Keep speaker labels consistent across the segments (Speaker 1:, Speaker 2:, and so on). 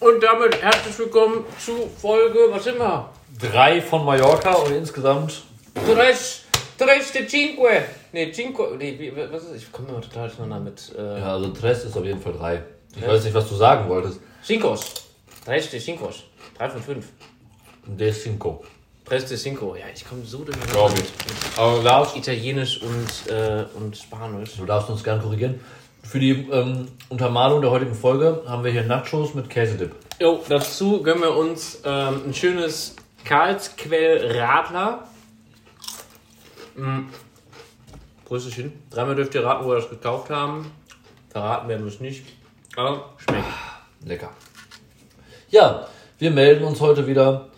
Speaker 1: Und damit herzlich willkommen zu Folge, was sind wir?
Speaker 2: Drei von Mallorca und insgesamt
Speaker 1: Tres, tres de cinque. Ne, cinque, nee, wie, was ist, ich komme immer total durcheinander mit, äh,
Speaker 2: Ja, also Tres ist auf jeden Fall drei. Ich weiß nicht, was du sagen wolltest.
Speaker 1: Cincos. Tres de cincos. Drei von fünf.
Speaker 2: De Cinco.
Speaker 1: Tres de cinco. Ja, ich komme so durcheinander
Speaker 2: Glaub
Speaker 1: mit
Speaker 2: ich. Aber du darfst,
Speaker 1: Italienisch und, äh, und Spanisch.
Speaker 2: du darfst uns gern korrigieren. Für die ähm, Untermalung der heutigen Folge haben wir hier Nachos mit Käsedip.
Speaker 1: Jo, dazu gönnen wir uns ähm, ein schönes Karlsquell Radler. Mm. Prösterchen. Dreimal dürft ihr raten, wo wir das gekauft haben. Verraten werden wir es nicht. Aber schmeckt.
Speaker 2: Lecker. Ja, wir melden uns heute wieder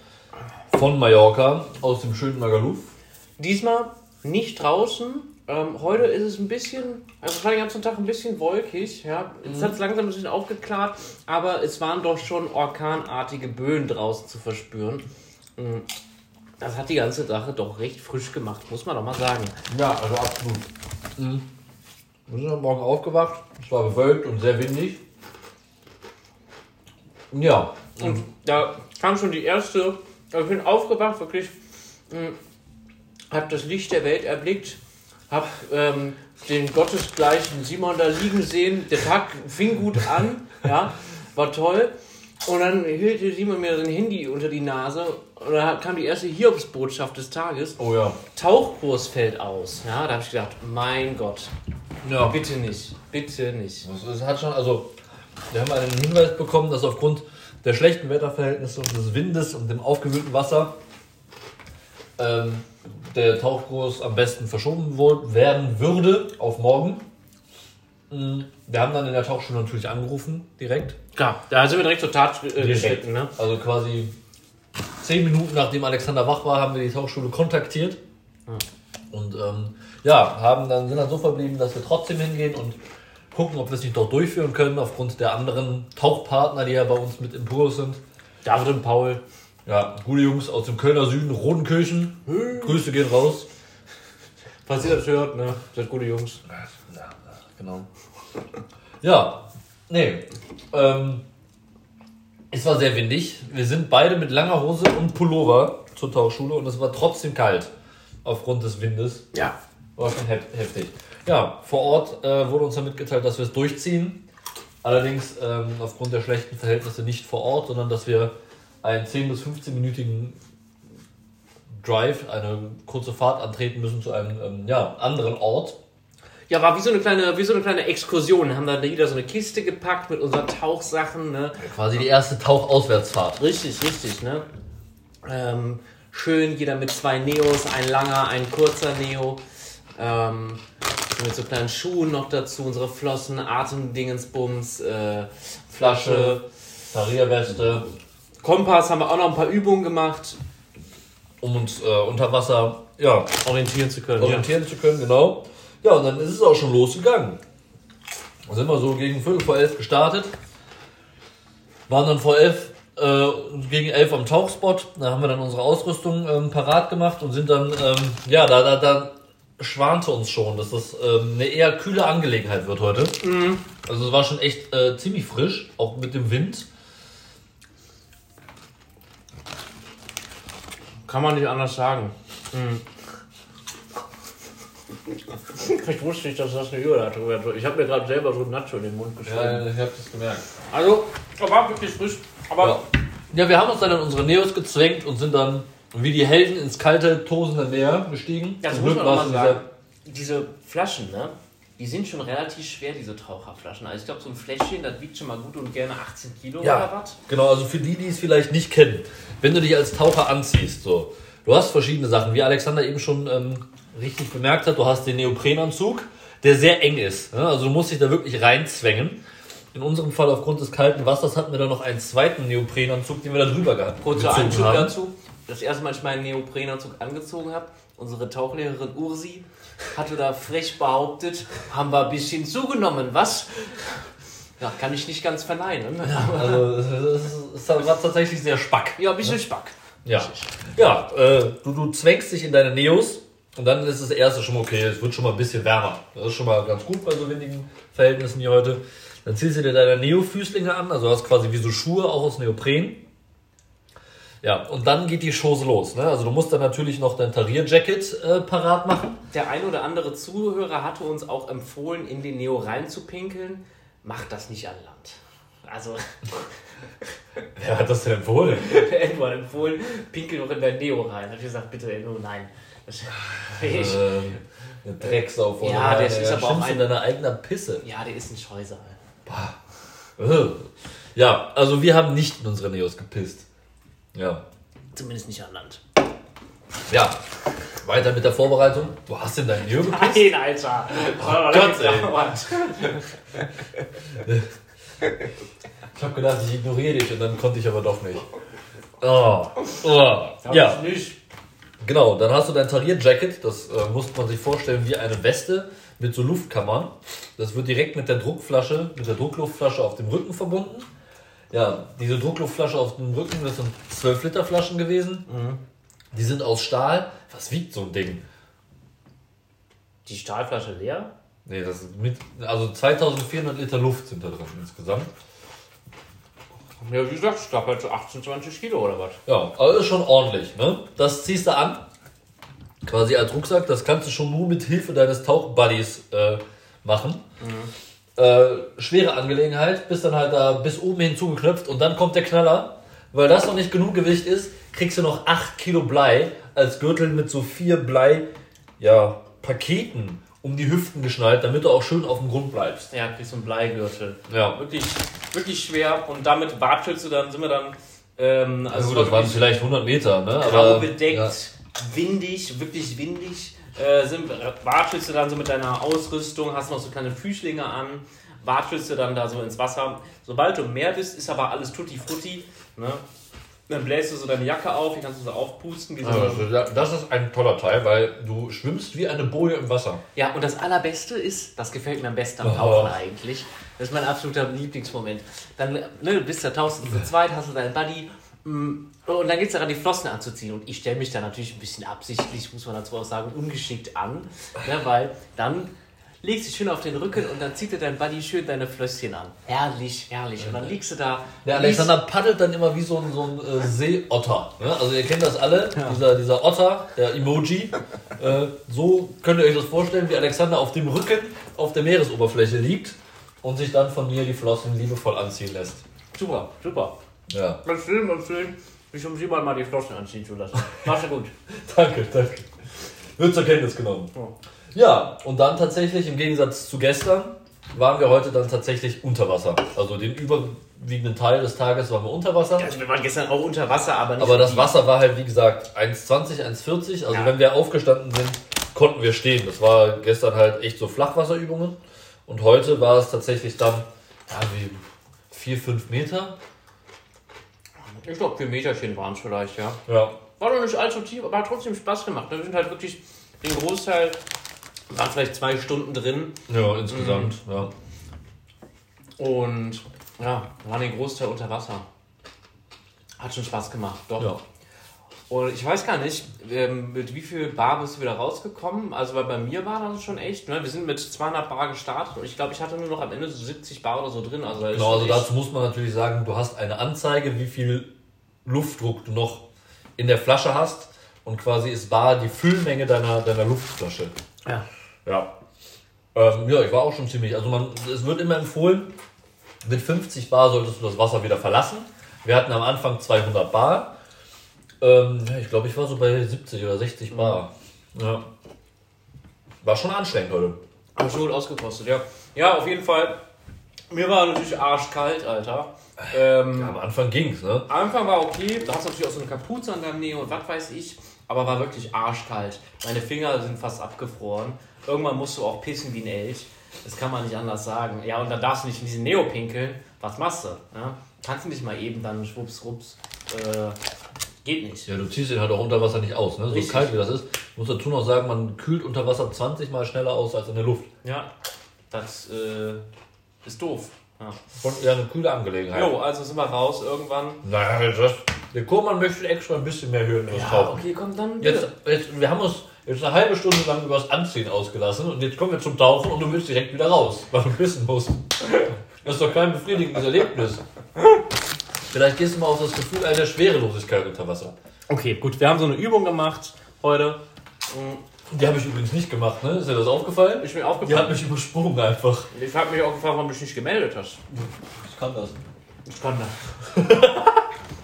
Speaker 2: von Mallorca aus dem schönen Magaluf.
Speaker 1: Diesmal nicht draußen. Ähm, heute ist es ein bisschen, also es war den ganzen Tag ein bisschen wolkig. Ja. Jetzt hat es langsam ein bisschen aufgeklärt, aber es waren doch schon orkanartige Böen draußen zu verspüren. Mm. Das hat die ganze Sache doch recht frisch gemacht, muss man doch mal sagen.
Speaker 2: Ja, also absolut. Mhm. Wir sind am Morgen aufgewacht, es war bewölkt und sehr windig. Ja,
Speaker 1: Und da kam schon die erste. Ich bin aufgewacht, wirklich. Habe das Licht der Welt erblickt. Habe ähm, den gottesgleichen Simon da liegen sehen. Der Tag fing gut an. ja, war toll. Und dann hielt der Simon mir sein Handy unter die Nase. Und da kam die erste Hiobsbotschaft des Tages.
Speaker 2: oh ja.
Speaker 1: Tauchkurs fällt aus. Ja, da habe ich gedacht, mein Gott, oh,
Speaker 2: Ja,
Speaker 1: bitte nicht, bitte nicht.
Speaker 2: Es, es hat schon, also, wir haben einen Hinweis bekommen, dass aufgrund der schlechten Wetterverhältnisse und des Windes und dem aufgewühlten Wasser ähm, der Tauchkurs am besten verschoben wo- werden würde auf morgen. Mm, Wir haben dann in der Tauchschule natürlich angerufen, direkt.
Speaker 1: Klar, da sind wir direkt zur Tat äh, geschritten. Ne?
Speaker 2: Also quasi zehn Minuten nachdem Alexander wach war, haben wir die Tauchschule kontaktiert. Und ähm, ja, haben dann, sind dann so verblieben, dass wir trotzdem hingehen und gucken, ob wir es nicht doch durchführen können, aufgrund der anderen Tauchpartner, die ja bei uns mit im Pool sind.
Speaker 1: David und Paul.
Speaker 2: Ja, gute Jungs aus dem Kölner Süden, Rodenkirchen. Grüße gehen raus.
Speaker 1: Falls ihr das hört, ne? Seid gute Jungs.
Speaker 2: Ja, genau. Ja, nee. Ähm, es war sehr windig. Wir sind beide mit langer Hose und Pullover zur Tauchschule und es war trotzdem kalt. Aufgrund des Windes.
Speaker 1: Ja.
Speaker 2: War schon hef heftig. Ja, vor Ort äh, wurde uns dann mitgeteilt, dass wir es durchziehen. Allerdings ähm, aufgrund der schlechten Verhältnisse nicht vor Ort, sondern dass wir einen 10- bis 15-minütigen Drive, eine kurze Fahrt antreten müssen zu einem ähm, ja, anderen Ort.
Speaker 1: Ja, war wie so eine kleine, wie so eine kleine Exkursion. Haben dann jeder so eine Kiste gepackt mit unseren Tauchsachen, ne?
Speaker 2: Quasi die erste Tauchauswärtsfahrt.
Speaker 1: Richtig, richtig, ne? Ähm, schön, jeder mit zwei Neos, ein langer, ein kurzer Neo. Ähm, mit so kleinen Schuhen noch dazu, unsere Flossen, Atemdingensbums, äh, Flasche,
Speaker 2: Tarierweste,
Speaker 1: Kompass haben wir auch noch ein paar Übungen gemacht,
Speaker 2: um uns äh, unter Wasser ja,
Speaker 1: orientieren zu können. Ja.
Speaker 2: orientieren zu können, genau. Ja, und dann ist es auch schon losgegangen. Dann sind wir so gegen Viertel vor elf gestartet, waren dann vor elf, äh, gegen elf am Tauchspot, da haben wir dann unsere Ausrüstung ähm, parat gemacht und sind dann, ähm, ja, da, da, da schwante uns schon, dass das ähm, eine eher kühle Angelegenheit wird heute. Also es war schon echt äh, ziemlich frisch, auch mit dem Wind.
Speaker 1: Kann man nicht anders sagen. Hm. Ich wusste nicht, dass das eine Überleitung wäre. Ich habe mir gerade selber so ein Nacho in den Mund geschoben.
Speaker 2: ich habe das gemerkt.
Speaker 1: Also, er war wirklich frisch. Aber
Speaker 2: Ja. ja, wir haben uns dann in unsere Neos gezwängt und sind dann wie die Helden ins kalte, tosende Meer gestiegen.
Speaker 1: das
Speaker 2: Zum
Speaker 1: muss
Speaker 2: Glück
Speaker 1: man auch
Speaker 2: war
Speaker 1: mal
Speaker 2: es
Speaker 1: sagen. Diese Flaschen, ne? Die sind schon relativ schwer, diese Taucherflaschen. Also ich glaube, so ein Fläschchen, das wiegt schon mal gut und gerne 18 Kilo
Speaker 2: dieser-
Speaker 1: oder
Speaker 2: Ja,
Speaker 1: was.
Speaker 2: genau, also für die, die es vielleicht nicht kennen, wenn du dich als Taucher anziehst, so, du hast verschiedene Sachen, wie Alexander eben schon ähm, richtig bemerkt hat, du hast den Neoprenanzug, der sehr eng ist. Ne? Also du musst dich da wirklich reinzwängen. In unserem Fall aufgrund des kalten Wassers hatten wir dann noch einen zweiten Neoprenanzug, den wir da drüber gehabt
Speaker 1: Kurzer
Speaker 2: gezogen
Speaker 1: Einschub
Speaker 2: haben.
Speaker 1: dazu. Das erste Mal, als ich meinen Neoprenanzug angezogen habe, unsere Tauchlehrerin Ursi hatte da frech behauptet, haben wir ein bisschen zugenommen, was? Ja, kann ich nicht ganz verneinen.
Speaker 2: Also es ist- es war tatsächlich sehr spack.
Speaker 1: Ja, ein bisschen Spack.
Speaker 2: Ja, ja äh, du, du zwängst dich in deine Neos und dann ist das erste schon mal okay. Es wird schon mal ein bisschen wärmer. Das ist schon mal ganz gut bei so windigen Verhältnissen hier heute. Dann ziehst du dir deine Neofüßlinge an, also hast quasi wie so Schuhe, auch aus Neopren. Ja, und dann geht die Chose los. Ne? Also du musst dann natürlich noch dein Tarierjacket äh, parat machen.
Speaker 3: Der ein oder andere Zuhörer hatte uns auch empfohlen, in den Neo reinzupinkeln. Macht das nicht an Land. Also,
Speaker 2: Wer hat das denn empfohlen?
Speaker 3: Ed wurde empfohlen, pinkel doch in dein Neo rein. Hab ich gesagt, bitte, Enno, nein. Das, ich,
Speaker 2: Ähm, eine Drecksau vor
Speaker 3: Ja,
Speaker 2: der
Speaker 3: das
Speaker 2: Herde,
Speaker 3: ist
Speaker 2: ja.
Speaker 3: aber auch
Speaker 2: Schimpfst in
Speaker 3: ein-
Speaker 2: deiner eigenen Pisse.
Speaker 3: ja, der ist ein Scheusal.
Speaker 2: Äh. Ja, also wir haben nicht in unsere Neos gepisst. Ja.
Speaker 3: Zumindest nicht an Land.
Speaker 2: Ja. Weiter mit der Vorbereitung. Du hast in dein Neo gepisst?
Speaker 3: Nein, Alter. Oh,
Speaker 2: Gott, ey.
Speaker 3: ey.
Speaker 2: Ich habe gedacht, ich ignoriere dich und dann konnte ich aber doch nicht. Oh. Oh. Ja.
Speaker 1: Nicht.
Speaker 2: Genau, dann hast du dein Tarierjacket, das äh, muss man sich vorstellen wie eine Weste mit so Luftkammern. Das wird direkt mit der Druckflasche, mit der Druckluftflasche auf dem Rücken verbunden. Ja, diese Druckluftflasche auf dem Rücken, das sind 12 Liter Flaschen gewesen. Die sind aus Stahl. Was wiegt so ein Ding?
Speaker 3: Die Stahlflasche leer?
Speaker 2: Nee, das ist mit, also 2400 Liter Luft sind da drin insgesamt.
Speaker 1: Ja, wie gesagt, es gab halt so 18, 20 Kilo oder was.
Speaker 2: Ja, aber ist schon ordentlich, ne? Das ziehst du an, quasi als Rucksack. Das kannst du schon nur mit Hilfe deines Tauchbuddies äh, machen.
Speaker 3: Mhm.
Speaker 2: Äh, schwere Angelegenheit, bist dann halt da bis oben hin zugeknöpft und dann kommt der Knaller. Weil das noch nicht genug Gewicht ist, kriegst du noch 8 Kilo Blei als Gürtel mit so vier Blei, ja, Paketen um die Hüften geschnallt, damit du auch schön auf dem Grund bleibst.
Speaker 3: Ja, kriegst du einen Bleigürtel.
Speaker 2: Ja.
Speaker 3: Wirklich, wirklich schwer. Und damit watschelst du dann, sind wir dann. Ähm,
Speaker 2: Also gut, das waren
Speaker 3: wirklich
Speaker 2: vielleicht 100 Meter, ne?
Speaker 3: grau bedeckt,
Speaker 2: ja.
Speaker 3: windig, wirklich windig. Äh, sind, watschelst du dann so mit deiner Ausrüstung, hast noch so kleine Füßlinge an, watschelst du dann da so ins Wasser. Sobald du im Meer bist, ist aber alles tutti frutti. Ne? Dann bläst du so deine Jacke auf, die kannst du so aufpusten. Wie
Speaker 1: Ähm,
Speaker 3: so
Speaker 2: Also, da- das ist ein toller Teil, weil du schwimmst wie eine Boje im Wasser.
Speaker 3: Ja, und das Allerbeste ist, das gefällt mir am besten am
Speaker 2: Oh.
Speaker 3: Tauchen eigentlich. Das ist mein absoluter Lieblingsmoment. Dann ne, du bist du tauchst du zu zweit, hast du deinen Buddy. mm, Und dann geht es daran, die Flossen anzuziehen. Und ich stelle mich da natürlich ein bisschen absichtlich, muss man dazu auch sagen, ungeschickt an. Ne, weil dann legst du dich schön auf den Rücken und dann zieht dir dein Buddy schön deine Flösschen an. Herrlich, herrlich. Und dann liegst du da.
Speaker 2: Der
Speaker 3: liegst-
Speaker 2: Alexander paddelt dann immer wie so ein, so ein äh, Seeotter. Ne? Also ihr kennt das alle, dieser, dieser Otter, der Emoji. Äh, so könnt ihr euch das vorstellen, wie Alexander auf dem Rücken auf der Meeresoberfläche liegt und sich dann von mir die Flossen liebevoll anziehen lässt.
Speaker 1: Super, super.
Speaker 2: Ja,
Speaker 1: Ganz schön, ganz schön. Ich um Simon mal die Flossen anziehen zu lassen. Mach's ja gut.
Speaker 2: danke, danke. Wird zur Kenntnis genommen. Ja, und dann tatsächlich im Gegensatz zu gestern waren wir heute dann tatsächlich unter Wasser. Also den überwiegenden Teil des Tages waren wir unter Wasser.
Speaker 3: Also wir waren gestern auch unter Wasser, aber nicht
Speaker 2: Aber das
Speaker 3: tief.
Speaker 2: Wasser war halt, wie gesagt, 1,20, 1,40. Also
Speaker 3: Ja.
Speaker 2: wenn wir aufgestanden sind, konnten wir stehen. Das war gestern halt echt so Flachwasserübungen. Und heute war es tatsächlich dann ja, wie 4, 5 Meter.
Speaker 1: Ich glaube, vier Meterchen waren es vielleicht, ja.
Speaker 2: Ja.
Speaker 1: War doch nicht allzu tief, aber hat trotzdem Spaß gemacht. Wir sind halt wirklich den Großteil,
Speaker 3: waren vielleicht zwei Stunden drin.
Speaker 2: Ja, insgesamt. Ja.
Speaker 1: Und ja, waren den Großteil unter Wasser.
Speaker 3: Hat schon Spaß gemacht, doch.
Speaker 2: ja.
Speaker 1: Und ich weiß gar nicht, ähm, mit wie viel Bar bist du wieder rausgekommen? Also weil bei mir war das schon echt, ne? Wir sind mit 200 Bar gestartet und ich glaube, ich hatte nur noch am Ende so 70 Bar oder so drin. Also da ist
Speaker 2: Genau, also
Speaker 1: schon echt-
Speaker 2: dazu muss man natürlich sagen, du hast eine Anzeige, wie viel Luftdruck du noch in der Flasche hast. Und quasi ist bar die Füllmenge deiner, deiner Luftflasche.
Speaker 3: Ja.
Speaker 2: Ja. Ähm, ja, ich war auch schon ziemlich. Also man, es wird immer empfohlen, mit 50 Bar solltest du das Wasser wieder verlassen. Wir hatten am Anfang 200 Bar. Ähm, ja, ich glaube, ich war so bei 70 oder 60 Bar. Ja. War schon anstrengend heute.
Speaker 1: Hab ich schon gut ausgekostet, ja. Ja, auf jeden Fall. Mir war natürlich arschkalt, Alter. Ähm,
Speaker 2: Am Anfang ging's, ne?
Speaker 1: Am Anfang war okay, da hast du natürlich auch so eine Kapuze an deinem Neo und was weiß ich, aber war wirklich arschkalt. Meine Finger sind fast abgefroren. Irgendwann musst du auch pissen wie ein Elch. Das kann man nicht anders sagen. Ja, und dann darfst du nicht in diesen Neo pinkeln. Was machst du? Ja? Kannst du nicht mal eben dann schwupps, rups. Äh, geht nicht.
Speaker 2: Ja, du ziehst ihn halt auch unter Wasser nicht aus, ne? So
Speaker 1: Richtig.
Speaker 2: kalt wie das ist. Ich muss dazu noch sagen, man kühlt unter Wasser 20 mal schneller aus als in der Luft.
Speaker 1: Ja, das äh, ist doof. Ja.
Speaker 2: Schon eher eine kühle Angelegenheit.
Speaker 1: Jo, also sind wir raus irgendwann.
Speaker 2: Naja, das, der Kurmann möchte extra ein bisschen mehr Höhen
Speaker 1: Ja, okay, komm dann.
Speaker 2: Jetzt, jetzt, wir haben uns jetzt eine halbe Stunde lang über das Anziehen ausgelassen und jetzt kommen wir zum Tauchen und du willst direkt wieder raus, weil du pissen musst. Das ist doch kein befriedigendes Erlebnis. Vielleicht gehst du mal auf das Gefühl einer Schwerelosigkeit unter Wasser.
Speaker 1: Okay, gut, wir haben so eine Übung gemacht heute.
Speaker 2: Die habe ich übrigens nicht gemacht, ne? Ist dir das aufgefallen?
Speaker 4: Ist mir
Speaker 2: Die hat
Speaker 4: aufgefallen.
Speaker 2: mich übersprungen einfach.
Speaker 4: Ich habe mich auch gefragt, warum du dich nicht gemeldet hast.
Speaker 2: Ich kann das.
Speaker 4: Ich kann das.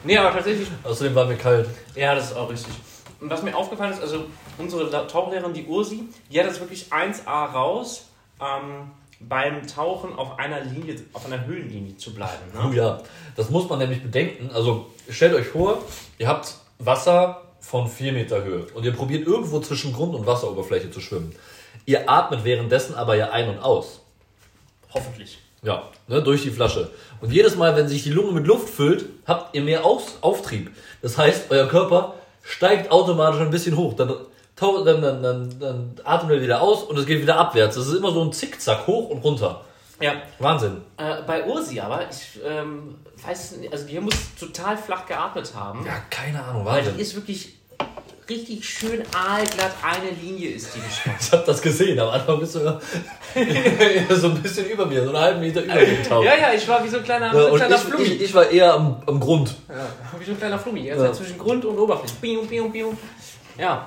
Speaker 4: nee, aber tatsächlich,
Speaker 2: Außerdem war mir kalt.
Speaker 4: ja, das ist auch richtig. Und was mir aufgefallen ist, also unsere La- Tauchlehrerin, die Ursi, die hat das wirklich 1A raus, ähm, beim Tauchen auf einer Linie, auf einer Höhenlinie zu bleiben. Ne?
Speaker 2: Oh ja, das muss man nämlich bedenken. Also stellt euch vor, ihr habt Wasser von 4 Meter Höhe und ihr probiert irgendwo zwischen Grund- und Wasseroberfläche zu schwimmen. Ihr atmet währenddessen aber ja ein und aus.
Speaker 4: Hoffentlich.
Speaker 2: Ja, ne, durch die Flasche. Und jedes Mal, wenn sich die Lunge mit Luft füllt, habt ihr mehr Aus Auftrieb. Das heißt, euer Körper steigt automatisch ein bisschen hoch. Dann, tau- dann, dann, dann, dann atmet ihr wieder aus und es geht wieder abwärts. Das ist immer so ein Zickzack hoch und runter.
Speaker 4: Ja,
Speaker 2: Wahnsinn.
Speaker 1: Äh, bei Ursi aber, ich ähm, weiß nicht, also die muss total flach geatmet haben.
Speaker 2: Ja, keine Ahnung,
Speaker 1: Weil die
Speaker 2: Wahnsinn.
Speaker 1: ist wirklich richtig schön aalglatt, eine Linie ist die gespannt.
Speaker 2: Ich hab das gesehen. Am Anfang bist du ja so ein bisschen über mir, so einen halben Meter über mir getaucht.
Speaker 1: Ja, ja, ich war wie so ein kleiner,
Speaker 2: Oh. Ja,
Speaker 1: so ein kleiner
Speaker 2: und
Speaker 1: Flummi.
Speaker 2: ich, ich, ich war eher am, am Grund.
Speaker 1: Wie so ein kleiner Flummi, jetzt
Speaker 2: Ja.
Speaker 1: zwischen Grund und Oberfläche. Pium, pium, pium. Ja.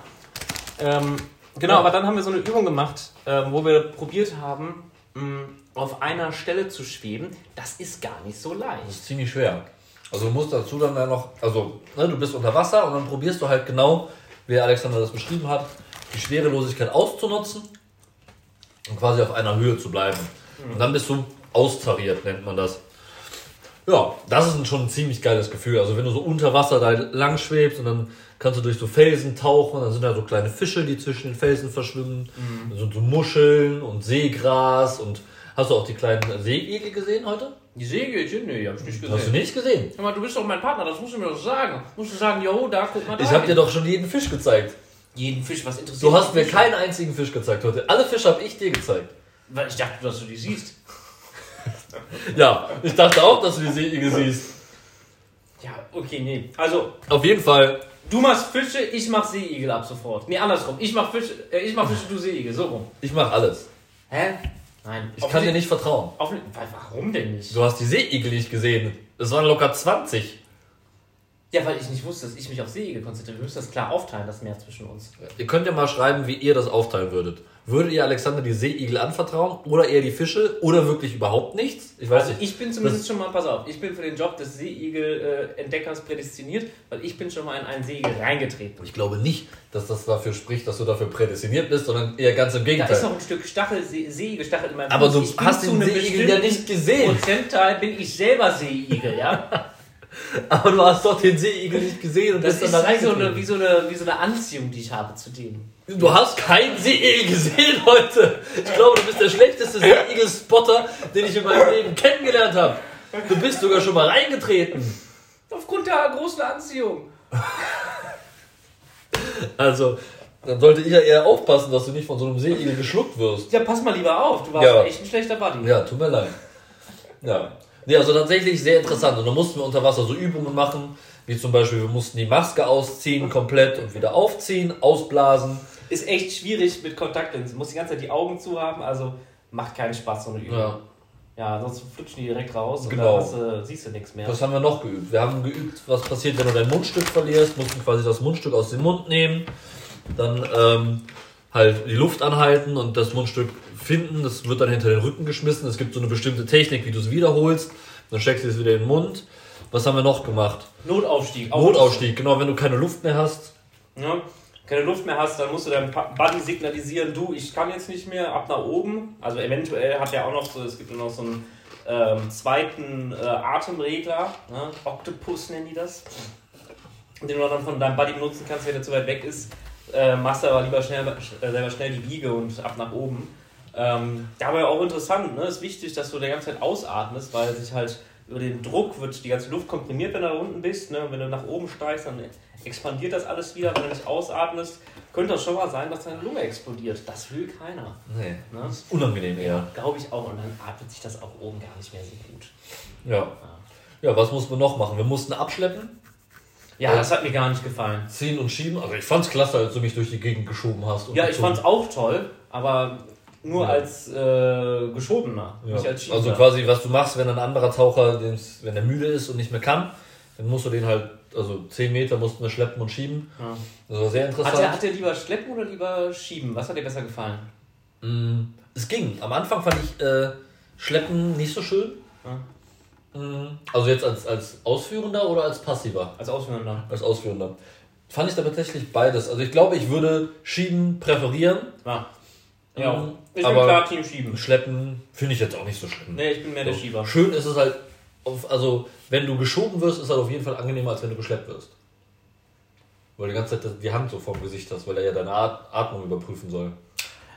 Speaker 1: Ähm, genau, aber dann haben wir so eine Übung gemacht, ähm, wo wir probiert haben, mh, auf einer Stelle zu schweben. Das ist gar nicht so leicht.
Speaker 2: Das ist ziemlich schwer. Also du musst dazu dann ja noch, also ne, du bist unter Wasser und dann probierst du halt genau, wie Alexander das beschrieben hat, die Schwerelosigkeit auszunutzen und quasi auf einer Höhe zu bleiben. Und dann bist du austariert, nennt man das. Ja, das ist ein- schon ein ziemlich geiles Gefühl. Also wenn du so unter Wasser da lang schwebst und dann kannst du durch so Felsen tauchen, dann sind da so kleine Fische, die zwischen den Felsen verschwimmen. Dann sind so Muscheln und Seegras und hast du auch die kleinen Seeigel gesehen heute?
Speaker 4: Die Seegelchen? Nee, die hab ich nicht
Speaker 2: Hast du
Speaker 4: gesehen.
Speaker 2: nicht gesehen?
Speaker 4: Hör mal, du bist doch mein Partner, das musst du mir doch sagen. Musst du sagen, jo, da, guck mal da.
Speaker 2: Ich habe dir doch schon jeden Fisch gezeigt.
Speaker 4: jeden Fisch, was interessiert
Speaker 2: Du hast
Speaker 4: mich
Speaker 2: mir keinen einzigen Fisch gezeigt heute. Alle Fische habe ich dir gezeigt.
Speaker 4: Weil ich dachte, dass du die siehst.
Speaker 2: Ja, ich dachte auch, dass du die Seeigel siehst.
Speaker 4: Ja, okay, nee. Also,
Speaker 2: Auf jeden Fall.
Speaker 4: Du machst Fische, ich mach Seeigel ab sofort. Nee, andersrum. Ich mach Fische, äh, ich mach Fische, du Seeigel, so rum.
Speaker 2: Ich mache alles.
Speaker 4: Hä? Nein.
Speaker 2: Ich kann dir nicht vertrauen.
Speaker 4: Auf, wa- warum denn nicht?
Speaker 2: Du hast die Seeigel nicht gesehen. Es waren locker 20.
Speaker 1: Ja, weil ich nicht wusste, dass ich mich auf Seeigel konzentriere. Wir müssen das klar aufteilen, das Meer zwischen uns.
Speaker 2: Ihr könnt ja mal schreiben, wie ihr das aufteilen würdet. Würdet ihr Alexander die Seeigel anvertrauen oder eher die Fische oder wirklich überhaupt nichts? Ich weiß
Speaker 1: Also
Speaker 2: nicht.
Speaker 1: ich bin zumindest schon mal, pass auf, ich bin für den Job des Seeigel-Entdeckers prädestiniert, weil ich bin schon mal in einen Seeigel reingetreten.
Speaker 2: Ich glaube nicht, dass das dafür spricht, dass du dafür prädestiniert bist, sondern eher ganz im
Speaker 1: Da
Speaker 2: Gegenteil.
Speaker 1: ist noch ein Stück Stachel, See- Seeigel-Stachel in meinem
Speaker 2: Aber du
Speaker 1: Fuß. Ich bin
Speaker 2: hast
Speaker 1: zu
Speaker 2: den
Speaker 1: einem
Speaker 2: Seeigel ja
Speaker 1: bestimmten
Speaker 2: nicht gesehen.
Speaker 1: Prozentteil bin ich selber Seeigel, ja?
Speaker 2: Aber du hast doch den Seeigel nicht gesehen und
Speaker 1: Das
Speaker 2: bist
Speaker 1: ist
Speaker 2: dann da
Speaker 1: wie so, eine,
Speaker 2: reingetreten.
Speaker 1: wie, so eine, wie so eine Anziehung, die ich habe zu dem.
Speaker 2: Du hast keinen Seeigel gesehen heute. Ich glaube, du bist der schlechteste Seeigel-Spotter, den ich in meinem Leben kennengelernt habe. Du bist sogar schon mal reingetreten.
Speaker 1: Aufgrund der großen Anziehung.
Speaker 2: Also, dann sollte ich ja eher aufpassen, dass du nicht von so einem Seeigel geschluckt wirst.
Speaker 1: Ja, pass mal lieber auf, du warst
Speaker 2: Ja.
Speaker 1: echt ein schlechter Buddy.
Speaker 2: Ja, tut mir leid. Ja. Nee, also tatsächlich sehr interessant. Und dann mussten wir unter Wasser so Übungen machen, wie zum Beispiel, wir mussten die Maske ausziehen komplett und wieder aufziehen, ausblasen.
Speaker 1: Ist echt schwierig mit Kontaktlinsen. Muss die ganze Zeit die Augen zu haben, also macht keinen Spaß so eine Übung. Ja,
Speaker 2: Ja.
Speaker 1: sonst flutschen die direkt raus
Speaker 2: Genau.
Speaker 1: und dann hast, du- siehst du nichts mehr.
Speaker 2: Was haben wir noch geübt? Wir haben geübt, was passiert, wenn du dein Mundstück verlierst. Mussten quasi das Mundstück aus dem Mund nehmen, dann ähm, halt die Luft anhalten und das Mundstück finden. Das wird dann hinter den Rücken geschmissen. Es gibt so eine bestimmte Technik, wie du es wiederholst. Dann steckst du es wieder in den Mund. Was haben wir noch gemacht?
Speaker 1: Notaufstieg. auch
Speaker 2: Notausstieg, genau, wenn du keine Luft mehr hast.
Speaker 1: ne? keine Luft mehr hast, dann musst du deinem Pa- Buddy signalisieren, du, ich kann jetzt nicht mehr, ab nach oben. Also eventuell hat er auch noch so, es gibt noch so einen ähm, zweiten äh, Atemregler, ne? Octopus nennen die das, den du dann von deinem Buddy benutzen kannst, wenn er zu weit weg ist. Äh, machst aber lieber schnell, äh, selber schnell die Biege und ab nach oben. Ähm, dabei auch interessant, ne? ist wichtig, dass du die ganze Zeit ausatmest, weil sich halt über den Druck wird die ganze Luft komprimiert, wenn du da unten bist. Ne? Und wenn du nach oben steigst, dann expandiert das alles wieder. Wenn du nicht ausatmest, könnte das schon mal sein, dass deine Lunge explodiert. Das will keiner.
Speaker 2: Nee.
Speaker 1: Ne?
Speaker 2: Das ist unangenehm eher.
Speaker 1: Glaube ich auch. Und dann atmet sich das auch oben gar nicht mehr so gut.
Speaker 2: Ja. Ja, was mussten wir noch machen? Wir mussten abschleppen,
Speaker 1: Ja, das hat mir gar nicht gefallen.
Speaker 2: ziehen und schieben. Also ich fand's klasse, als du mich durch die Gegend geschoben hast. und
Speaker 1: Ja, ich
Speaker 2: gezogen
Speaker 1: fand es auch toll, aber nur als äh, geschobener,
Speaker 2: Ja.
Speaker 1: nicht als Schiebender.
Speaker 2: Also quasi, was du machst, wenn ein anderer Taucher, den's, wenn er müde ist und nicht mehr kann, dann musst du den halt, also 10 Meter mussten wir schleppen und schieben.
Speaker 1: Ja.
Speaker 2: Das war sehr
Speaker 1: hat,
Speaker 2: interessant.
Speaker 1: er, hat er lieber schleppen oder lieber schieben? Was hat dir besser gefallen?
Speaker 2: Mm, Es ging. Am Anfang fand ich äh, Schleppen nicht so schön. Mm, Also jetzt als, als Ausführender oder als Passiver?
Speaker 1: Als Ausführender.
Speaker 2: Als Ausführender. Fand ich da tatsächlich beides. Also ich glaube, ich würde Schieben präferieren.
Speaker 1: Ja.
Speaker 2: Ähm,
Speaker 1: ja. Ich bin
Speaker 2: aber-
Speaker 1: klar Team Schieben.
Speaker 2: Schleppen finde ich jetzt auch nicht so schlimm.
Speaker 1: Nee, ich bin mehr der Schieber.
Speaker 2: Schön ist es halt, auf, also wenn du geschoben wirst, ist halt auf jeden Fall angenehmer, als wenn du geschleppt wirst. Weil du die ganze Zeit die Hand so vorm Gesicht hast, weil er ja deine At- Atmung überprüfen soll.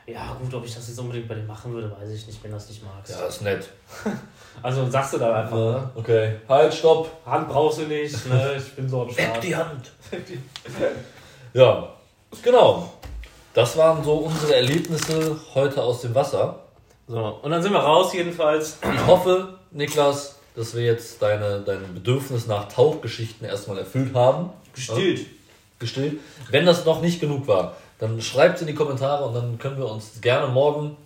Speaker 1: Ja, gut, ob ich das jetzt unbedingt bei dir machen würde, weiß ich nicht, wenn du das nicht magst.
Speaker 2: Ja, ist nett.
Speaker 1: Also sagst du da einfach, ne?
Speaker 2: Okay. Halt, stopp.
Speaker 1: Hand brauchst du nicht, ne? Ich bin so am Start.
Speaker 2: Hand. ja, genau. Das waren so unsere Erlebnisse heute aus dem Wasser.
Speaker 1: So, und dann sind wir raus jedenfalls.
Speaker 2: Ich hoffe, Niklas, dass wir jetzt deine, dein Bedürfnis nach Tauchgeschichten erstmal erfüllt haben.
Speaker 1: Gestillt.
Speaker 2: Gestillt. Wenn das noch nicht genug war, dann schreibt es in die Kommentare und dann können wir uns gerne morgen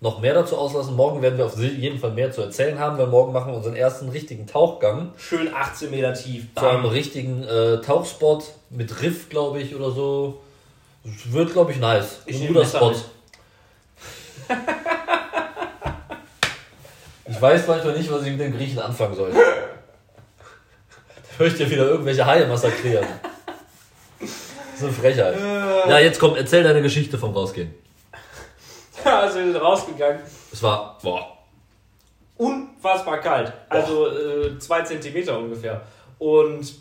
Speaker 2: noch mehr dazu auslassen. Morgen werden wir auf jeden Fall mehr zu erzählen haben, weil morgen machen wir unseren ersten richtigen Tauchgang.
Speaker 1: Schön 18 Meter tief.
Speaker 2: zu einem
Speaker 1: Bam.
Speaker 2: richtigen äh, Tauchspot mit Riff, glaube ich, oder so. Es Wird, glaube ich, nice.
Speaker 1: Ich
Speaker 2: ein
Speaker 1: nehm
Speaker 2: guter
Speaker 1: Messer
Speaker 2: Spot.
Speaker 1: mit.
Speaker 2: ich weiß manchmal nicht, was ich mit dem Griechen anfangen soll. Da höre ich dir wieder irgendwelche Haie massakrieren. Das ist eine Frechheit.
Speaker 1: Äh.
Speaker 2: Ja, jetzt komm, erzähl deine Geschichte vom Rausgehen.
Speaker 1: Also wir sind rausgegangen.
Speaker 2: Es war, boah,
Speaker 1: unfassbar kalt. Also äh, zwei Zentimeter ungefähr. Und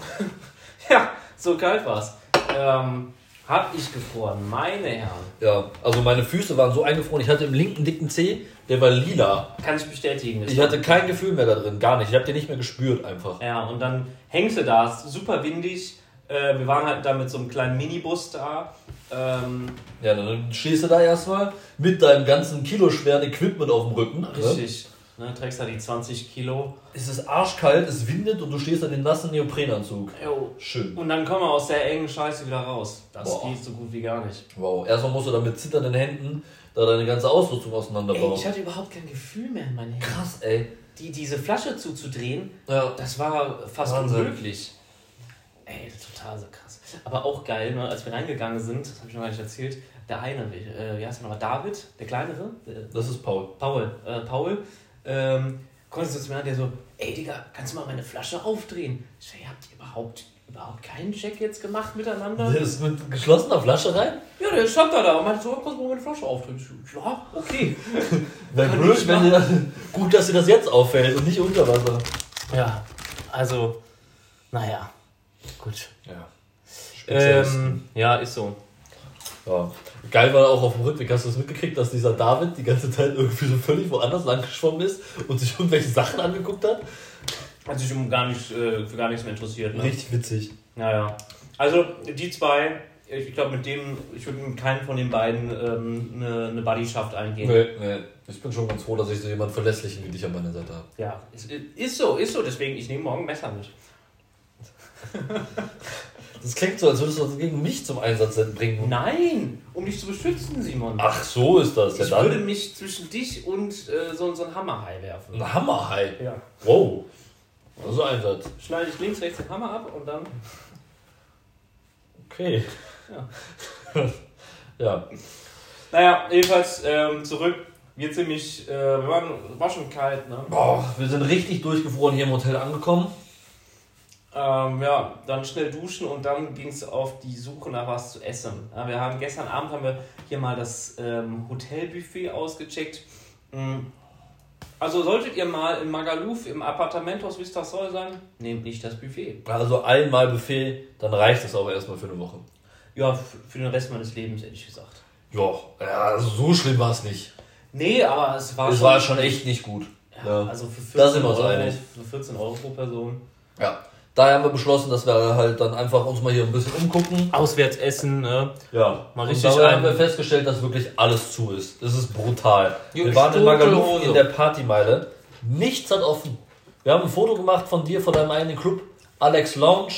Speaker 1: ja, so kalt war es. Ähm, hab ich gefroren, meine Herren.
Speaker 2: ja, also meine Füße waren so eingefroren. Ich hatte im linken dicken Zeh, der war lila.
Speaker 1: Kann ich bestätigen.
Speaker 2: Ich hatte kein Gefühl mehr da drin, gar nicht. Ich habe den nicht mehr gespürt einfach.
Speaker 1: ja, und dann hängst du da, ist super windig. Äh, wir waren halt da mit so einem kleinen Minibus da. Ähm,
Speaker 2: Ja, dann stehst du da erstmal mit deinem ganzen kiloschweren Equipment auf dem Rücken. Ne?
Speaker 1: richtig. Ne, trägst da die 20 Kilo.
Speaker 2: Es ist arschkalt, es windet und du stehst an dem nassen Neoprenanzug.
Speaker 1: Jo.
Speaker 2: Schön.
Speaker 1: Und dann kommen wir aus der engen Scheiße wieder raus. Das
Speaker 2: Boah.
Speaker 1: geht so gut wie gar nicht.
Speaker 2: Wow, erstmal musst du dann mit zitternden Händen da deine ganze Ausrüstung
Speaker 1: Ey,
Speaker 2: auseinanderbauen.
Speaker 1: ich hatte überhaupt kein Gefühl mehr in meinen Händen.
Speaker 2: Krass, ey.
Speaker 1: Die, diese Flasche zuzudrehen,
Speaker 2: Ja.
Speaker 1: Das war fast
Speaker 2: Wahnsinn.
Speaker 1: unmöglich. Ey, total so krass. Aber auch geil, ne? als wir reingegangen sind, das habe ich noch gar nicht erzählt, der eine, äh, wie heißt er nochmal, David, der Kleinere, der,
Speaker 2: Das ist Paul.
Speaker 1: Paul, äh, Paul, ähm, konnte zu mir an, der so, ey Digga, kannst du mal meine Flasche aufdrehen? Ich so, "Ey, habt ihr überhaupt, überhaupt keinen Check jetzt gemacht miteinander?
Speaker 2: Der ist mit geschlossener Flasche rein?
Speaker 1: Ja, der stand da da und meinte so, kannst du mal meine Flasche aufdrehen? Ich so, ja, okay.
Speaker 2: Wäre
Speaker 1: Kann
Speaker 2: blöd,
Speaker 1: ich
Speaker 2: wenn dir das, gut, dass dir das jetzt auffällt und nicht unter Wasser.
Speaker 1: Ja, also, naja, gut.
Speaker 2: Ja. Spezialisten.
Speaker 1: Ähm, ja, ist so.
Speaker 2: Ja. Geil war auch auf dem Rückweg, hast du es mitgekriegt, dass dieser David die ganze Zeit irgendwie so völlig woanders lang geschwommen ist und sich irgendwelche Sachen angeguckt hat?
Speaker 1: Hat sich um gar nicht, äh, für gar nichts mehr interessiert. Ne?
Speaker 2: Richtig witzig.
Speaker 1: Naja. Also, die zwei, ich glaube, mit dem, ich würde mit keinem von den beiden ähm, eine, eine Buddyschaft eingehen.
Speaker 2: Nee, nee. Ich bin schon ganz froh, dass ich so jemanden verlässlichen wie dich an meiner Seite habe.
Speaker 1: Ja, ist, ist so, ist so. Deswegen, ich nehme morgen ein Messer mit.
Speaker 2: Das klingt so, als würdest du das gegen mich zum Einsatz bringen.
Speaker 1: Nein, um dich zu beschützen, Simon.
Speaker 2: Ach, so ist das. Ja,
Speaker 1: ich würde
Speaker 2: dann
Speaker 1: mich zwischen dich und äh, so, so ein Hammerhai werfen.
Speaker 2: ein Hammerhai.
Speaker 1: Ja.
Speaker 2: Wow. Das ist ein Einsatz.
Speaker 1: Schneide ich links, rechts den Hammer ab und dann.
Speaker 2: Okay.
Speaker 1: Ja.
Speaker 2: ja.
Speaker 1: Naja, jedenfalls ähm, zurück. Wir ziemlich, äh, wir waren, war schon kalt, ne?
Speaker 2: Boah, wir sind richtig durchgefroren hier im Hotel angekommen.
Speaker 1: Ähm, ja, dann schnell duschen und dann ging es auf die Suche nach was zu essen. Ja, wir haben gestern Abend haben wir hier mal das ähm, Hotelbuffet ausgecheckt. Mhm. Also solltet ihr mal im Magaluf im Apartamentos Vistasol sein, nehmt nicht das Buffet.
Speaker 2: Also einmal Buffet, dann reicht es aber erstmal für eine Woche.
Speaker 1: Ja, f- für den Rest meines Lebens hätte ich gesagt.
Speaker 2: Ja, ja so schlimm war es nicht.
Speaker 1: Nee, aber es war
Speaker 2: Es
Speaker 1: schon.
Speaker 2: war schon echt nicht gut.
Speaker 1: ja, also für 14
Speaker 2: Da sind wir uns
Speaker 1: Euro,
Speaker 2: einig.
Speaker 1: Für 14 Euro pro Person.
Speaker 2: Ja. Daher haben wir beschlossen, dass wir halt dann einfach uns mal hier ein bisschen umgucken.
Speaker 1: Auswärts essen, ne?
Speaker 2: Ja.
Speaker 1: Mal
Speaker 2: Mal
Speaker 1: richtig
Speaker 2: richtig und dabei haben
Speaker 1: einen-
Speaker 2: wir festgestellt, dass wirklich alles zu ist. Das ist brutal.
Speaker 1: Jo,
Speaker 2: wir waren in
Speaker 1: tote
Speaker 2: Magaluf
Speaker 1: Hose.
Speaker 2: in der Partymeile. Nichts hat offen. Wir haben ein Foto gemacht von dir, von deinem eigenen Club. Alex Lounge.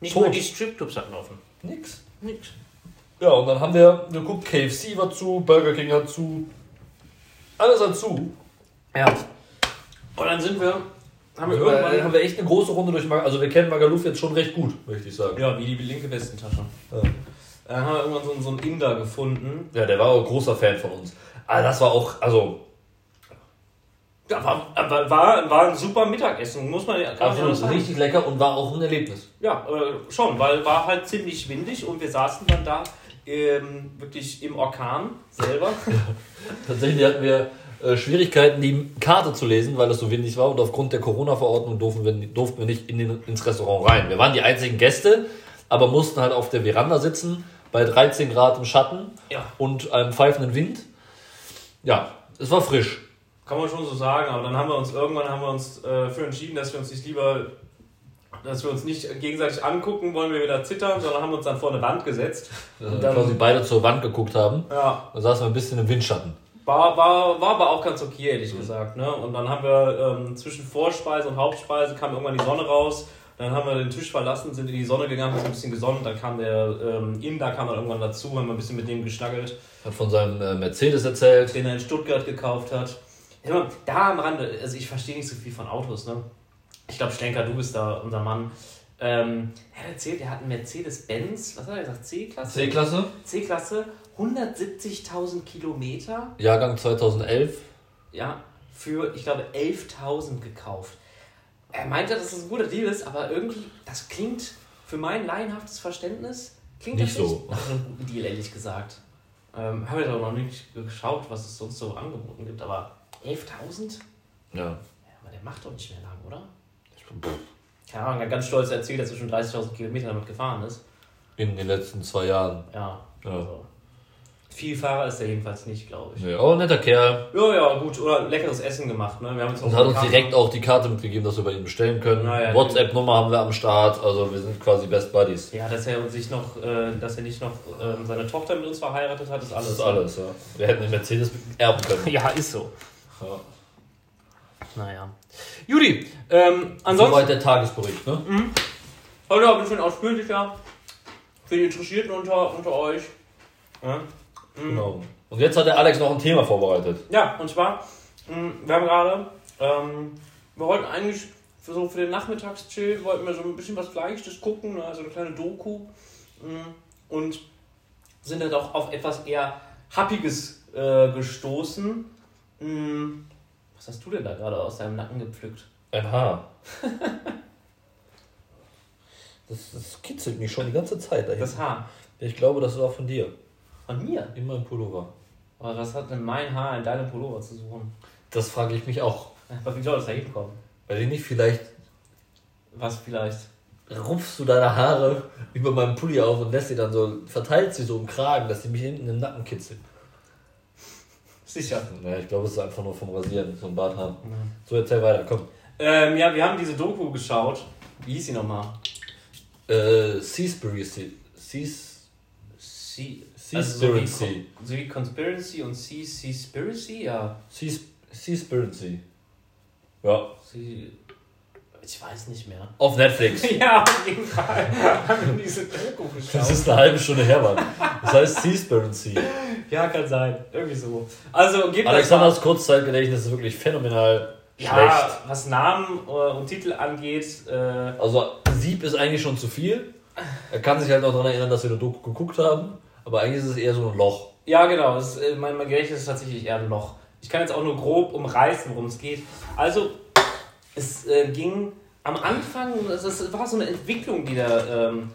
Speaker 3: Nicht
Speaker 2: Tot.
Speaker 3: nur die Stripclubs hatten offen.
Speaker 2: Nix.
Speaker 3: Nix.
Speaker 2: Ja, und dann haben wir geguckt, KFC war zu, Burger King hat zu, alles hat zu.
Speaker 3: Ja.
Speaker 1: Und dann sind wir, haben wir
Speaker 2: Also irgendwann
Speaker 1: irgendwann.
Speaker 2: haben wir echt eine große Runde durch Mag Also wir kennen Magaluf jetzt schon recht gut, möchte ich sagen.
Speaker 1: Ja, wie die linke Westentasche. Äh,
Speaker 2: Ja.
Speaker 1: Dann haben wir irgendwann so, einen- so einen Inder gefunden.
Speaker 2: Ja, der war auch ein großer Fan von uns. Aber das war auch, also,
Speaker 1: Ja, war, war, war, war ein super Mittagessen, muss man ja kann man ja
Speaker 2: absolut
Speaker 1: sagen.
Speaker 2: richtig lecker und war auch ein Erlebnis.
Speaker 1: Ja, äh, schon, weil war halt ziemlich windig und wir saßen dann da ähm, wirklich im Orkan selber.
Speaker 2: Tatsächlich hatten wir äh, Schwierigkeiten, die Karte zu lesen, weil es so windig war und aufgrund der Corona-Verordnung durften wir, durften wir nicht in den, ins Restaurant rein. Wir waren die einzigen Gäste, aber mussten halt auf der Veranda sitzen, bei 13 Grad im Schatten
Speaker 1: Ja.
Speaker 2: und einem pfeifenden Wind. Ja, es war frisch.
Speaker 1: Kann man schon so sagen, aber dann haben wir uns irgendwann haben wir uns äh, für entschieden, dass wir uns nicht lieber, dass wir uns nicht gegenseitig angucken wollen, wir wieder zittern, sondern haben uns dann vor eine Wand gesetzt.
Speaker 2: Äh,
Speaker 1: dann-
Speaker 2: quasi beide zur Wand geguckt haben.
Speaker 1: Ja,
Speaker 2: Da saßen wir ein bisschen im Windschatten.
Speaker 1: war, war, war aber auch ganz okay, ehrlich gesagt. Ne? Und dann haben wir ähm, zwischen Vorspeise und Hauptspeise kam irgendwann die Sonne raus. Dann haben wir den Tisch verlassen, sind in die Sonne gegangen, haben uns ein bisschen gesonnen. Dann kam der ähm, Inder kam dann irgendwann dazu, haben wir ein bisschen mit dem geschnackelt.
Speaker 2: Hat von seinem äh, Mercedes erzählt.
Speaker 1: den er in Stuttgart gekauft hat. Hör mal, Da am Rande, also ich verstehe nicht so viel von Autos, ne? Ich glaube, Schlenker, du bist da unser Mann. Ähm, er hat erzählt, er hat einen Mercedes-Benz, was hat er gesagt, C-Klasse?
Speaker 2: C-Klasse,
Speaker 1: C-Klasse, 170.000 Kilometer,
Speaker 2: Jahrgang 2011.
Speaker 1: ja, für, ich glaube, 11.000 gekauft. Er meinte, dass das ein guter Deal ist, aber irgendwie, das klingt für mein laienhaftes Verständnis, klingt
Speaker 2: Nicht
Speaker 1: das nicht
Speaker 2: so.
Speaker 1: nach einem guten Deal, ehrlich gesagt. Ähm, Habe ich aber noch nicht geschaut, was es sonst so angeboten gibt, aber 11.000?
Speaker 2: Ja.
Speaker 1: Ja, aber der macht doch nicht mehr lang, oder? Keine Ahnung, er hat ganz stolz erzählt, dass er schon 30.000 Kilometer damit gefahren ist.
Speaker 2: In den letzten zwei Jahren.
Speaker 1: Ja,
Speaker 2: Ja.
Speaker 1: also. Viel Fahrer ist er jedenfalls nicht, glaube ich.
Speaker 2: Ja, auch ein netter Kerl.
Speaker 1: Ja, ja, gut. Oder leckeres Essen gemacht, ne? Wir haben jetzt
Speaker 2: Und hat uns direkt auch die Karte mitgegeben, dass wir bei ihm bestellen können.
Speaker 1: Na ja,
Speaker 2: WhatsApp-Nummer haben wir am Start, also wir sind quasi Best Buddies.
Speaker 1: Ja, dass er sich noch, äh, dass er nicht noch ähm, seine Tochter mit uns verheiratet hat, ist alles.
Speaker 2: Das ist alles, ja. Wir hätten den Mercedes erben können.
Speaker 3: Ja, ist so.
Speaker 2: Ja.
Speaker 3: Naja.
Speaker 1: Judy, ähm, ansonsten. Mhm.
Speaker 2: Soweit der Tagesbericht, ne?
Speaker 1: Heute ein bisschen ausführlicher. Für die Interessierten unter, unter euch. Ja?
Speaker 2: Genau. Und jetzt hat der Alex noch ein Thema vorbereitet.
Speaker 1: Ja, und zwar, mh, wir haben gerade, ähm, wir wollten eigentlich für, so für den Nachmittagschill, wollten wir so ein bisschen was Leichtes gucken, ne? also eine kleine Doku. Mh, und sind dann auch auf etwas eher Happiges äh, gestoßen. Mh, was hast du denn da gerade aus deinem Nacken gepflückt?
Speaker 2: Ein Haar. Das, das kitzelt mich schon die ganze Zeit dahin.
Speaker 1: Das Haar.
Speaker 2: Ich glaube, das war von dir.
Speaker 1: Von mir.
Speaker 2: Immer im Pullover.
Speaker 1: Aber was hat denn mein Haar in deinem Pullover zu suchen?
Speaker 2: Das frage ich mich auch.
Speaker 1: Aber wie soll das da hinkommen?
Speaker 2: Weil ich nicht, vielleicht
Speaker 1: Was vielleicht?
Speaker 2: rupfst du deine Haare über meinem Pulli auf und lässt sie dann so, verteilt sie so im Kragen, dass sie mich hinten im Nacken kitzeln.
Speaker 1: Sicher.
Speaker 2: Ja, ich glaube, es ist einfach nur vom Rasieren, so ein Bart haben. So, erzähl weiter, komm.
Speaker 1: Ähm, ja, wir haben diese Doku geschaut. Wie hieß sie nochmal?
Speaker 2: Äh, Seasbury Sea. Seas.
Speaker 1: Sea,
Speaker 2: Sea
Speaker 1: Also So wie,
Speaker 2: Spiracy.
Speaker 1: Con- so wie Conspiracy und Sea Seaspiracy, ja.
Speaker 2: Seas. Seaspirit Sea. Ja.
Speaker 1: Sea, ich weiß nicht mehr.
Speaker 2: Auf Netflix.
Speaker 1: ja, auf jeden Fall haben wir diese Doku
Speaker 2: Das
Speaker 1: geschaut.
Speaker 2: ist eine halbe Stunde her, Mann. Das heißt Seaspirit Sea.
Speaker 1: Ja, kann sein. Irgendwie so. Also, gebt euch mal-
Speaker 2: Alexanders Kurzzeitgedächtnis ist wirklich phänomenal
Speaker 1: ja,
Speaker 2: schlecht.
Speaker 1: was Namen äh, und Titel angeht, äh,
Speaker 2: Also, Sieb ist eigentlich schon zu viel. Er kann sich halt noch daran erinnern, dass wir eine Doku geguckt haben. Aber eigentlich ist es eher so ein Loch.
Speaker 1: Ja, genau. Es, äh, mein, mein Gedächtnis ist tatsächlich eher ein Loch. Ich kann jetzt auch nur grob umreißen, worum es geht. Also, es äh, ging am Anfang, es, es war so eine Entwicklung, die da, ähm,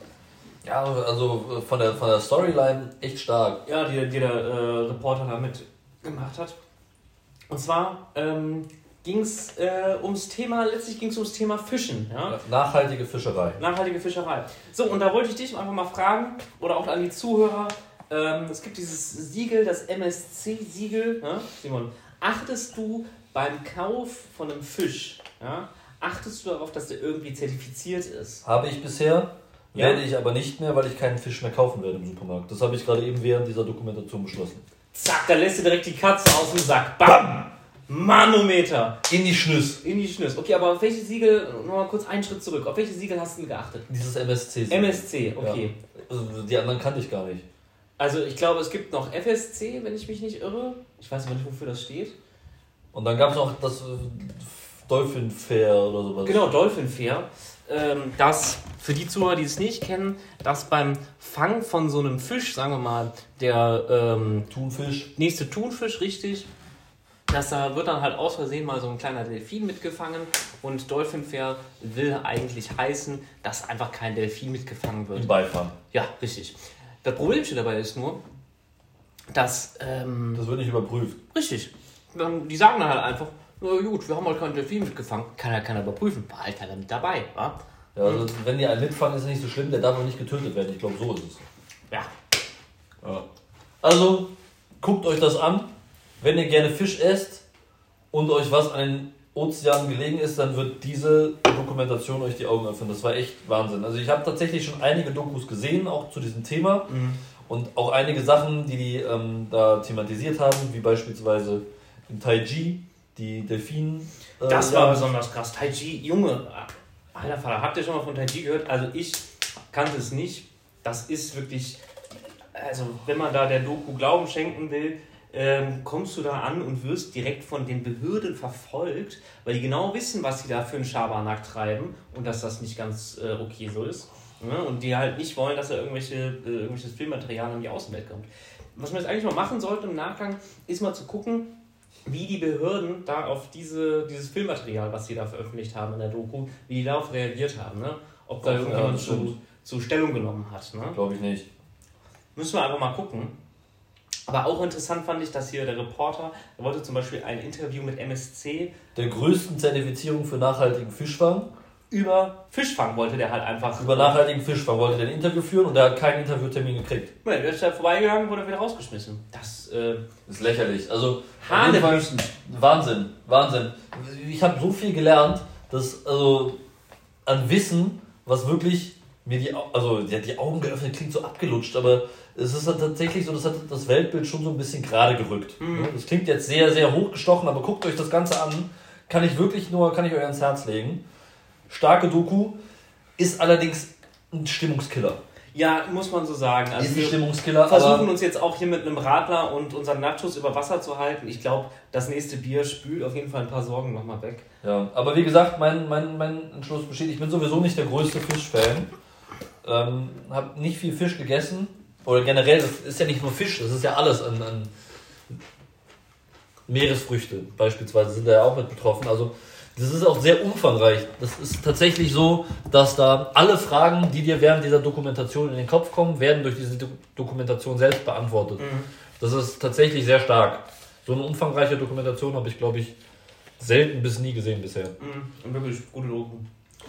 Speaker 2: Ja, also äh, von der, von der Storyline echt stark.
Speaker 1: ja, die, die der äh, Reporter damit gemacht hat. Und zwar ähm, ging es äh, ums Thema, letztlich ging es ums Thema Fischen. Ja?
Speaker 2: Nachhaltige Fischerei.
Speaker 1: Nachhaltige Fischerei. So, und da wollte ich dich einfach mal fragen, oder auch an die Zuhörer, ähm, es gibt dieses Siegel, das MSC-Siegel, ja? ne, Simon, achtest du beim Kauf von einem Fisch, ja, achtest du darauf, dass der irgendwie zertifiziert ist?
Speaker 2: Habe ich bisher,
Speaker 1: Ja.
Speaker 2: werde ich aber nicht mehr, weil ich keinen Fisch mehr kaufen werde im Supermarkt. Das habe ich gerade eben während dieser Dokumentation beschlossen.
Speaker 1: Zack, da lässt du direkt die Katze aus dem Sack. Bam! Manometer
Speaker 2: In die Schnüss.
Speaker 1: in die Schnüss. Okay, aber auf welches Siegel, nochmal kurz einen Schritt zurück, auf welches Siegel hast du denn geachtet?
Speaker 2: Dieses MSC.
Speaker 1: MSC, okay.
Speaker 2: Also die anderen kannte ich gar nicht.
Speaker 1: Also ich glaube, es gibt noch FSC, wenn ich mich nicht irre. Ich weiß aber nicht, wofür das steht.
Speaker 2: Und dann gab es noch das äh, Dolphin Fair oder sowas.
Speaker 1: Genau, Dolphin Fair. Ähm, das, für die Zuhörer, die es nicht kennen, dass beim Fang von so einem Fisch, sagen wir mal, der ähm,
Speaker 2: Thunfisch.
Speaker 1: nächste Thunfisch, richtig, dass da wird dann halt aus Versehen mal so ein kleiner Delfin mitgefangen und Dolphin Fair will eigentlich heißen, dass einfach kein Delfin mitgefangen wird.
Speaker 2: Im Beifang.
Speaker 1: Ja, richtig. Das Problemchen dabei ist nur, dass, ähm,
Speaker 2: Das wird nicht überprüft.
Speaker 1: richtig, dann- die sagen dann halt einfach, na gut, wir haben halt keinen Delfin mitgefangen, kann ja keiner überprüfen, war halt keiner mit dabei, wa?
Speaker 2: Ja, also,
Speaker 1: Hm.
Speaker 2: wenn die einen mitfangen, ist nicht so schlimm, der darf auch nicht getötet werden. Ich glaube, so ist es.
Speaker 1: Ja.
Speaker 2: Also, guckt euch das an. Wenn ihr gerne Fisch esst und euch was an den Ozean gelegen ist, dann wird diese Dokumentation euch die Augen öffnen. Das war echt Wahnsinn. Also ich habe tatsächlich schon einige Dokus gesehen, auch zu diesem Thema.
Speaker 1: Mhm.
Speaker 2: Und auch einige Sachen, die die ähm, da thematisiert haben, wie beispielsweise in Taiji, die Delfinen. äh,
Speaker 1: Das war
Speaker 2: Jagd.
Speaker 1: besonders krass. Taiji, Junge, alter Vater, habt ihr schon mal von Taiji gehört? Also ich kannte es nicht. Das ist wirklich, also wenn man da der Doku Glauben schenken will, ähm, kommst du da an und wirst direkt von den Behörden verfolgt, weil die genau wissen, was sie da für einen Schabernack treiben und dass das nicht ganz äh, okay so ist. Ne? Und die halt nicht wollen, dass da irgendwelche, äh, irgendwelches Filmmaterial in die Außenwelt kommt. Was man jetzt eigentlich mal machen sollte im Nachgang, ist mal zu gucken, wie die Behörden da auf diese, dieses Filmmaterial, was sie da veröffentlicht haben in der Doku, wie die darauf reagiert haben. Ne? Ob da
Speaker 2: Ja,
Speaker 1: irgendjemand
Speaker 2: das stimmt.
Speaker 1: zu, zu Stellung genommen hat. Ne?
Speaker 2: Glaube ich nicht.
Speaker 1: Müssen wir einfach mal gucken. Aber auch interessant fand ich, dass hier der Reporter, er wollte zum Beispiel ein Interview mit MSC
Speaker 2: Der größten Zertifizierung für nachhaltigen Fischfang.
Speaker 1: über Fischfang wollte der halt einfach.
Speaker 2: Über nachhaltigen Fischfang wollte der ein Interview führen und der hat keinen Interviewtermin gekriegt.
Speaker 1: Moment, der ist da vorbeigegangen, wurde wieder rausgeschmissen. Das, äh,
Speaker 2: ist lächerlich. Also,
Speaker 1: Hanebüchen.
Speaker 2: Wahnsinn, Wahnsinn. Ich habe so viel gelernt, dass, also, an Wissen, was wirklich mir die, Au- also, die, hat die Augen geöffnet, klingt so abgelutscht, aber es ist halt tatsächlich so, das hat das Weltbild schon so ein bisschen gerade gerückt. Ne? Das klingt jetzt sehr, sehr hochgestochen, aber guckt euch das Ganze an. Kann ich wirklich nur, kann ich euch ans Herz legen. Starke Doku, ist allerdings ein Stimmungskiller.
Speaker 1: ja, muss man so sagen. Also
Speaker 2: ist ein
Speaker 1: wir
Speaker 2: Stimmungskiller, aber...
Speaker 1: versuchen uns jetzt auch hier mit einem Radler und unseren Nachos über Wasser zu halten. Ich glaube, das nächste Bier spült auf jeden Fall ein paar Sorgen nochmal weg.
Speaker 2: Ja, aber wie gesagt, mein, mein, mein Entschluss besteht, ich bin sowieso nicht der größte Fischfan. Ähm, hab nicht viel Fisch gegessen. Oder generell, das ist ja nicht nur Fisch, das ist ja alles an, an Meeresfrüchte beispielsweise sind da ja auch mit betroffen. Also das ist auch sehr umfangreich. Das ist tatsächlich so, dass da alle Fragen, die dir während dieser Dokumentation in den Kopf kommen, werden durch diese Do Dokumentation selbst beantwortet.
Speaker 1: Mhm.
Speaker 2: Das ist tatsächlich sehr stark. So eine umfangreiche Dokumentation habe ich, glaube ich, selten bis nie gesehen bisher.
Speaker 1: Mhm. Wirklich gute Doku.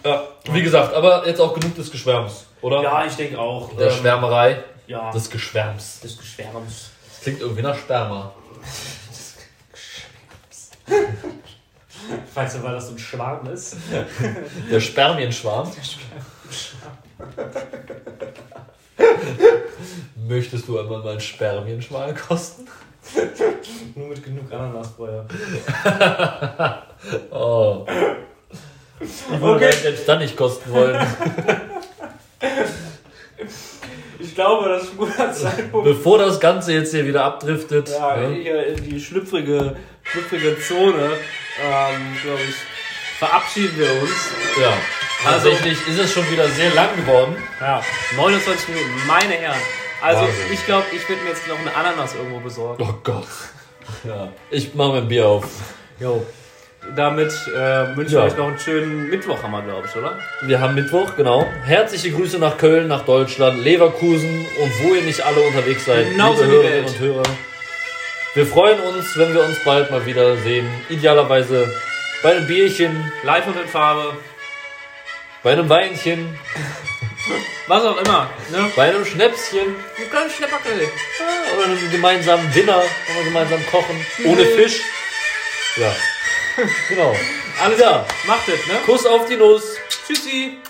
Speaker 2: Ja, wie gesagt, aber jetzt auch genug des Geschwärms, oder?
Speaker 1: Ja, ich denke auch.
Speaker 2: Der
Speaker 1: ähm,
Speaker 2: Schwärmerei
Speaker 1: ja,
Speaker 2: des Geschwärms.
Speaker 1: des Geschwärms.
Speaker 2: Das klingt irgendwie nach Schwärmer.
Speaker 1: Weißt du, weil das so ein Schwarm ist?
Speaker 2: Der Spermienschwarm. Möchtest du einmal meinen Spermienschwarm kosten?
Speaker 1: Nur mit genug Ananas vorher.
Speaker 2: Oh. Ich würde
Speaker 1: Okay.
Speaker 2: das jetzt dann nicht kosten wollen.
Speaker 1: Ich glaube, das ist ein guter Zeitpunkt.
Speaker 2: Bevor das Ganze jetzt hier wieder abdriftet.
Speaker 1: Ja, eh.
Speaker 2: ne?
Speaker 1: hier in die schlüpfrige, schlüpfrige Zone, ähm, glaube ich, verabschieden wir uns.
Speaker 2: ja. Tatsächlich ist es schon wieder sehr lang geworden.
Speaker 1: Ja. 29 Minuten, meine Herren. Also,
Speaker 2: Wahnsinn.
Speaker 1: ich glaube, ich würde mir jetzt noch eine Ananas irgendwo besorgen.
Speaker 2: Oh Gott. Ja. Ich mache mir ein Bier auf.
Speaker 1: Jo. Damit äh, wünsche ich
Speaker 2: Ja.
Speaker 1: euch noch einen schönen Mittwoch, haben wir, glaube ich, oder?
Speaker 2: Wir haben Mittwoch, genau. Herzliche Grüße nach Köln, nach Deutschland, Leverkusen und wo ihr nicht alle unterwegs seid.
Speaker 1: Genauso
Speaker 2: liebe
Speaker 1: Genau die
Speaker 2: Hörerinnen
Speaker 1: Welt.
Speaker 2: und Hörer. Wir freuen uns, wenn wir uns bald mal wieder sehen. Idealerweise bei einem Bierchen,
Speaker 1: Live und in Farbe.
Speaker 2: bei einem Weinchen,
Speaker 1: Was auch immer. Ne?
Speaker 2: bei einem Schnäpschen
Speaker 1: Ein kleines Schnäpperkel.
Speaker 2: ja, oder einem gemeinsamen Dinner, wenn wir gemeinsam kochen, ohne
Speaker 1: Mhm.
Speaker 2: Fisch. Ja, genau.
Speaker 1: Alles
Speaker 2: Ja.
Speaker 1: klar. Macht es, ne?
Speaker 2: Kuss auf die Nuss.
Speaker 1: Tschüssi.